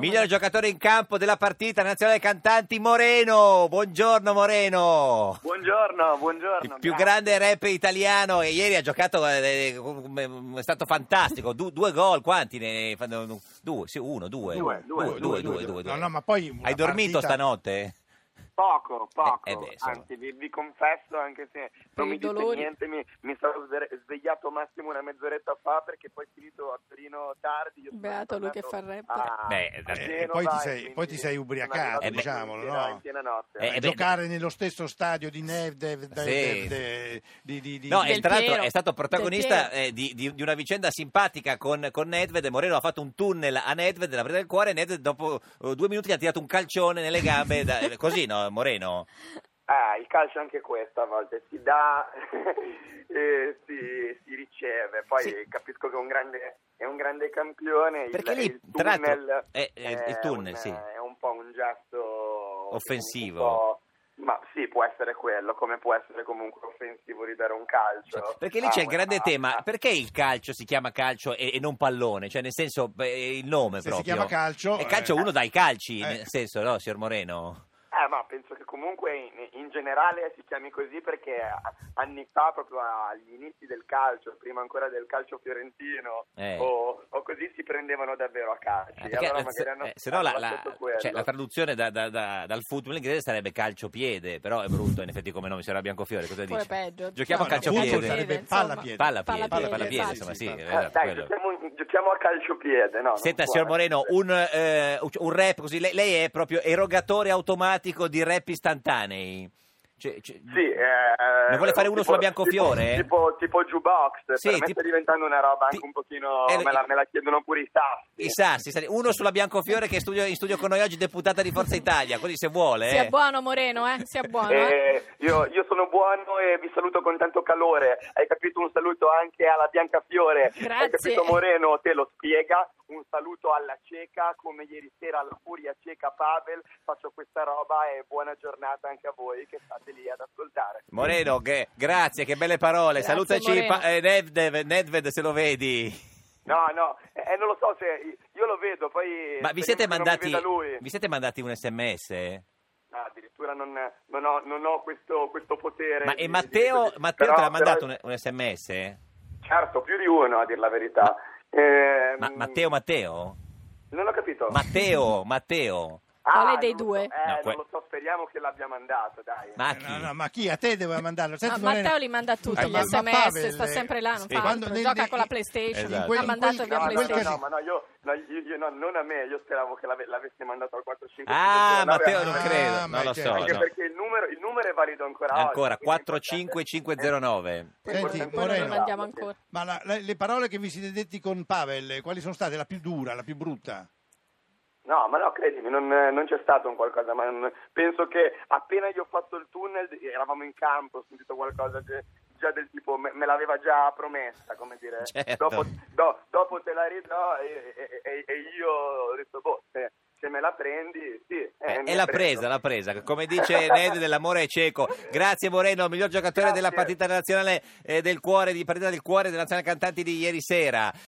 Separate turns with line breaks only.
Miglior giocatore in campo della partita nazionale cantanti Moreno. Buongiorno Moreno.
Buongiorno, buongiorno.
Il più
grazie.
grande rapper italiano e ieri ha giocato, eh, eh, è stato fantastico. Du- due gol, quanti ne fanno? Due, sì, uno, due.
Due, due,
due, due, due, due, due.
No, no, ma poi una
Hai dormito
partita-
stanotte?
Poco, poco.
Eh, eh beh, insomma.
Anzi, vi, vi confesso, anche se non
i
mi dite
dolori.
niente, mi, mi sono sve- svegliato massimo una mezz'oretta fa perché poi finito a Torino tardi. Io sono
Beato lui che
tornato
fa il
a-
rapper.
Beh,
a
eh,
Genova
poi ti
e
sei-
quindi
poi ti sei
sono
ubriacato,
arrivato in
diciamolo,
piena-
no?
In piena notte.
Eh,
Eh,
beh,
giocare nello stesso stadio di Nev,
Sì.
di, di- di-
No,
Del
e tra l'altro
Piero.
è stato protagonista
Del
eh, di, di- di una vicenda simpatica con, con Nedved. Moreno ha fatto un tunnel a Nedved, l'ha presa del cuore. e Nedved, dopo eh, due minuti, gli ha tirato un calcione nelle gambe. da- eh, così, no, Moreno?
Eh, il calcio è anche questo a volte si dà e si, si riceve. Poi
Sì.
capisco che è un grande, è un grande campione.
Perché
il,
lì,
il
tra l'altro,
tunnel,
è- è- il tunnel,
un,
sì.
è un po' un gesto
Offensivo.
un po'- ma sì, può essere quello, come può essere comunque offensivo ridare un calcio.
Cioè, perché lì
Ah,
c'è il
una-
grande tema:
ah,
perché il calcio si chiama calcio e, e non pallone? Cioè, nel senso, beh, il nome
se si
proprio.
chiama calcio...
E calcio
eh,
uno dai calci,
eh.
nel senso, no, signor Moreno?
Eh, ma penso che comunque in, in generale si chiami così perché anni fa, proprio agli inizi del calcio, prima ancora del calcio fiorentino,
Eh.
o, o così si prendevano davvero a calci.
Eh, perché,
allora
eh,
magari
se,
hanno-
eh, se no la,
hanno
la-
fatto quello.
cioè, la traduzione da- da- da- dal football inglese sarebbe calciopiede, però è brutto in effetti come nome, signora Biancofiore, cosa
Poi è
dice?
peggio.
Giochiamo
No,
a calcio
no,
piede.
appunto, sarebbe
Insomma.
palla piede.
Palla piede,
Palla
palla
piede,
piede,
sì,
insomma,
sì,
sì,
sì.
eh,
Eh,
esatto,
dai,
quello.
giochiamo, giochiamo a calciopiede, no? non
Senta,
può
signor Moreno,
essere.
un, eh, un rap così, lei, lei è proprio erogatore automatico di rap istantanei. Cioè, cioè-
Sì, eh,
Ne vuole fare uno
tipo-
sulla Biancofiore?
Tipo, tipo, tipo jukebox,
Sì,
per me
tipo-
sta diventando una roba anche
ti-
un pochino...
eh,
me, la, me la chiedono pure i sassi.
I sassi, sali- uno sulla Biancofiore che è in studio- in studio con noi oggi, deputata di Forza Italia, così se vuole.
Sia
eh.
buono Moreno, eh? Sia buono, eh?
Eh, io, io sono buono e vi saluto con tanto calore. Hai capito? Un saluto anche alla Biancafiore. Hai
Grazie.
capito, Moreno? Te lo spiega. Un saluto alla cieca, come ieri sera alla Furia Cieca Pavel. Faccio questa roba e buona giornata anche a voi che state lì ad ascoltare.
Moreno, che- grazie, che belle parole.
Grazie,
Salutaci
Moreno.
pa- eh, Nedved, Nedved se lo vedi.
No, no, eh, non lo so se io lo vedo, poi.
Ma vi
speriamo
siete,
che non mi
mandati,
veda lui.
vi siete mandati un sms?
No, addirittura non, non ho, non ho questo, questo potere.
Ma, e
di-
Matteo,
di- di-
Matteo
però-
te l'ha
però-
mandato un, un sms?
Certo, più di uno a dir la verità. Ehm,
Ma, Matteo, Matteo?
Non ho capito.
Matteo, Matteo.
Quale dei
non lo so,
due?
eh,
No, que-
non lo so, speriamo che l'abbia mandato, dai.
Ma a
No,
chi?
Eh,
no, ma chi a te
Eh.
doveva mandarlo? Senti,
Ma
Moreno,
Matteo li manda tutti
Eh,
gli
ma- ma
sms,
Pavel- eh,
sta sempre là, non
Sì.
fa
Quando-
altro,
nei-
gioca
nei-
con la PlayStation,
Esatto.
in quel-
ha
in
mandato
quel-
via
No,
in
no,
quel
no,
PlayStation.
no, ma no, io, no, io- io no, non a me, io speravo che l'ave- l'avesse mandato al 455.
Ah, Matteo, non
Ah,
credo.
ma
Non lo
che-
so.
Anche
no.
perché il numero, il numero è valido ancora oggi.
Ancora,
quindi Eh,
45509.
è importante- è
Senti,
importante-
Poi noi
Moreno.
non andiamo ancora.
Ma la- la- le parole che vi siete detti con Pavel, eh, quali sono state? La più dura, la più brutta?
No, ma no, credimi, non, non c'è stato un qualcosa, ma non- penso che appena gli ho fatto il tunnel, eravamo in campo, ho sentito qualcosa che- già del tipo, me, me l'aveva già promessa, come dire,
Certo.
dopo, do- dopo te la ridò e, e- e- e io ho detto, boh, se, se me la prendi, sì. eh,
Eh,
mi
e
ha
l'ha
preso.
presa, l'ha presa. Come dice Ned dell'amore è cieco. Grazie Moreno, miglior giocatore della
Grazie.
partita nazionale eh, del cuore, di partita del cuore della nazionale cantanti di ieri sera.